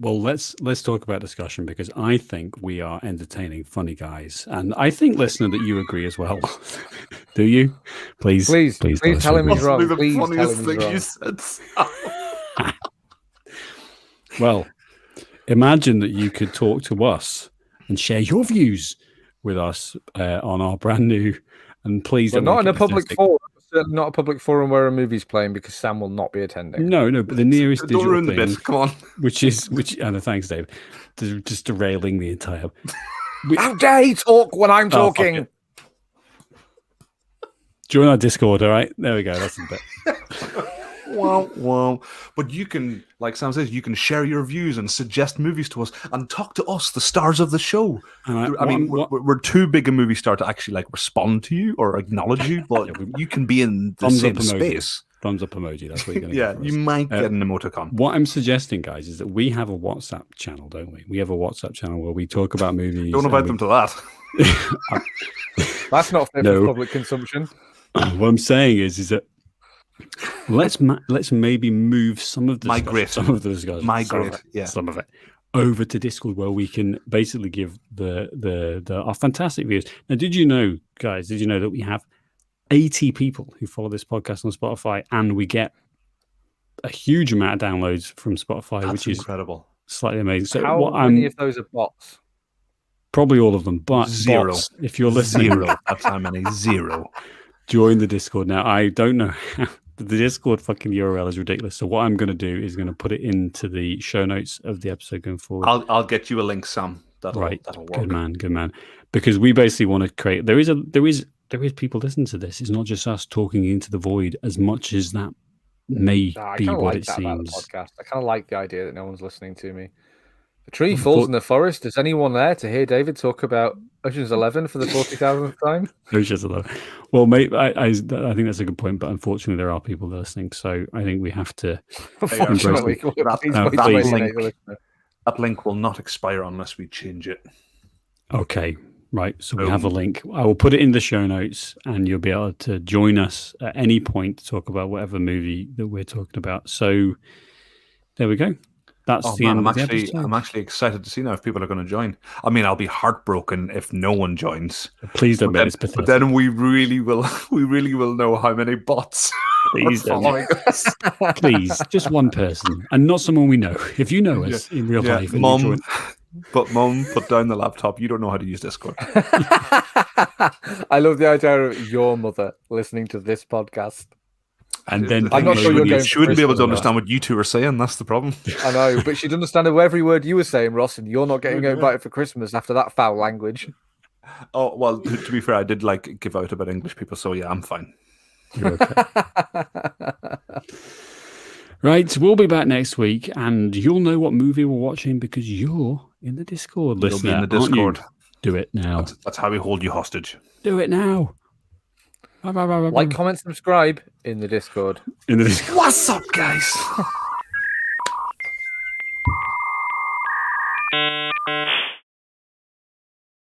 Well, let's let's talk about discussion because I think we are entertaining, funny guys, and I think listener that you agree as well. Do you? Please, Please, please, tell him he's wrong. Possibly the Please tell funniest him thing he's wrong. you said. Well, imagine that you could talk to us and share your views with us uh, on our brand new. And please, Well, don't not in make a it public pathetic. forum. certainly Not a public forum where a movie's playing because Sam will not be attending. No, no, but the nearest Don't digital ruin the thing, bit. Come on. which is which. And uh, thanks, Dave, to- just derailing the entire. How dare he talk when I'm Oh, fuck talking? it. Join our Discord, all right? There we go. That's the bit. Wow, wow. But you can, like Sam says, you can share your views and suggest movies to us and talk to us, the stars of the show. And I, mean, what- we're, we're too big a movie star to actually like respond to you or acknowledge you, but Yeah, we- you can be in the Thumbs same up emoji. space. thumbs up emoji. That's what you're going to Yeah, get. for you us. might Uh, get an emoticon. What I'm suggesting, guys, is that we have a WhatsApp channel, don't we? We have a WhatsApp channel where we talk about movies. and Don't invite we- them to that. That's not fit No. for public consumption. what I'm saying is, is that let's ma- let's maybe move some of the discussion- Migrate. some of the discussion, some of Migrate. it, Yeah. some of it over to Discord, where we can basically give the the, the our fantastic views. Now, did you know, guys? Did you know that we have 80 people who follow this podcast on Spotify, and we get a huge amount of downloads from Spotify, That's which is incredible. slightly amazing. So, How what many I'm of those are bots? probably all of them, but Zero. bots, if you're listening, Zero. That's how many. Zero. join the Discord now. I don't know how the Discord fucking URL is ridiculous. So what I'm going to do is going to put it into the show notes of the episode going forward. I'll, I'll get you a link, Sam. That'll, right, That'll work. good man, good man. Because we basically want to create. There is a there is there is people listening to this. It's not just us talking into the void as much as that may Nah, I be kind of what like it that about the seems. podcast. I kind of like the idea that no one's listening to me. A tree falls in the forest. Is anyone there to hear David talk about Ocean's Eleven for the forty thousandth time? No shit, though. Well, mate, I, I I think that's a good point, but unfortunately, there are people listening. So I think we have to. Unfortunately, That- please that wait till please. 28 listener. That link will not expire unless we change it. Okay. Right. So we have a link. I will put it in the show notes and you'll be able to join us at any point to talk about whatever movie that we're talking about. So there we go. That's Oh the man, end I'm of the actually episode. I'm actually excited to see now if people are going to join. I mean, I'll be heartbroken if no one joins. Please don't But make then, this but pathetic. then we really will we really will know how many bots are please, don't. following us. please, just one person and not someone we know. If you know us in real Yeah, life, and you mom, join- but mom, put down the laptop. You don't know how to use Discord. I love the idea of your mother listening to this podcast. and then I'm not think sure we you're would- going you for shouldn't be able to Christmas. understand what you two are saying. That's the problem. I know, but she'd understand every word you were saying, Ross, and you're not getting invited for Christmas after that foul language. Oh well, to, to be fair, I did like give out about English people, so yeah, I'm fine. you're okay. Right, we'll be back next week, and you'll know what movie we're watching because you're in the Discord. You'll be listener, in the aren't you? Discord. Do it now. That's, that's how we hold you hostage. Do it now. Mm. like, comment, subscribe in the Discord. in the Discord. What's up, guys?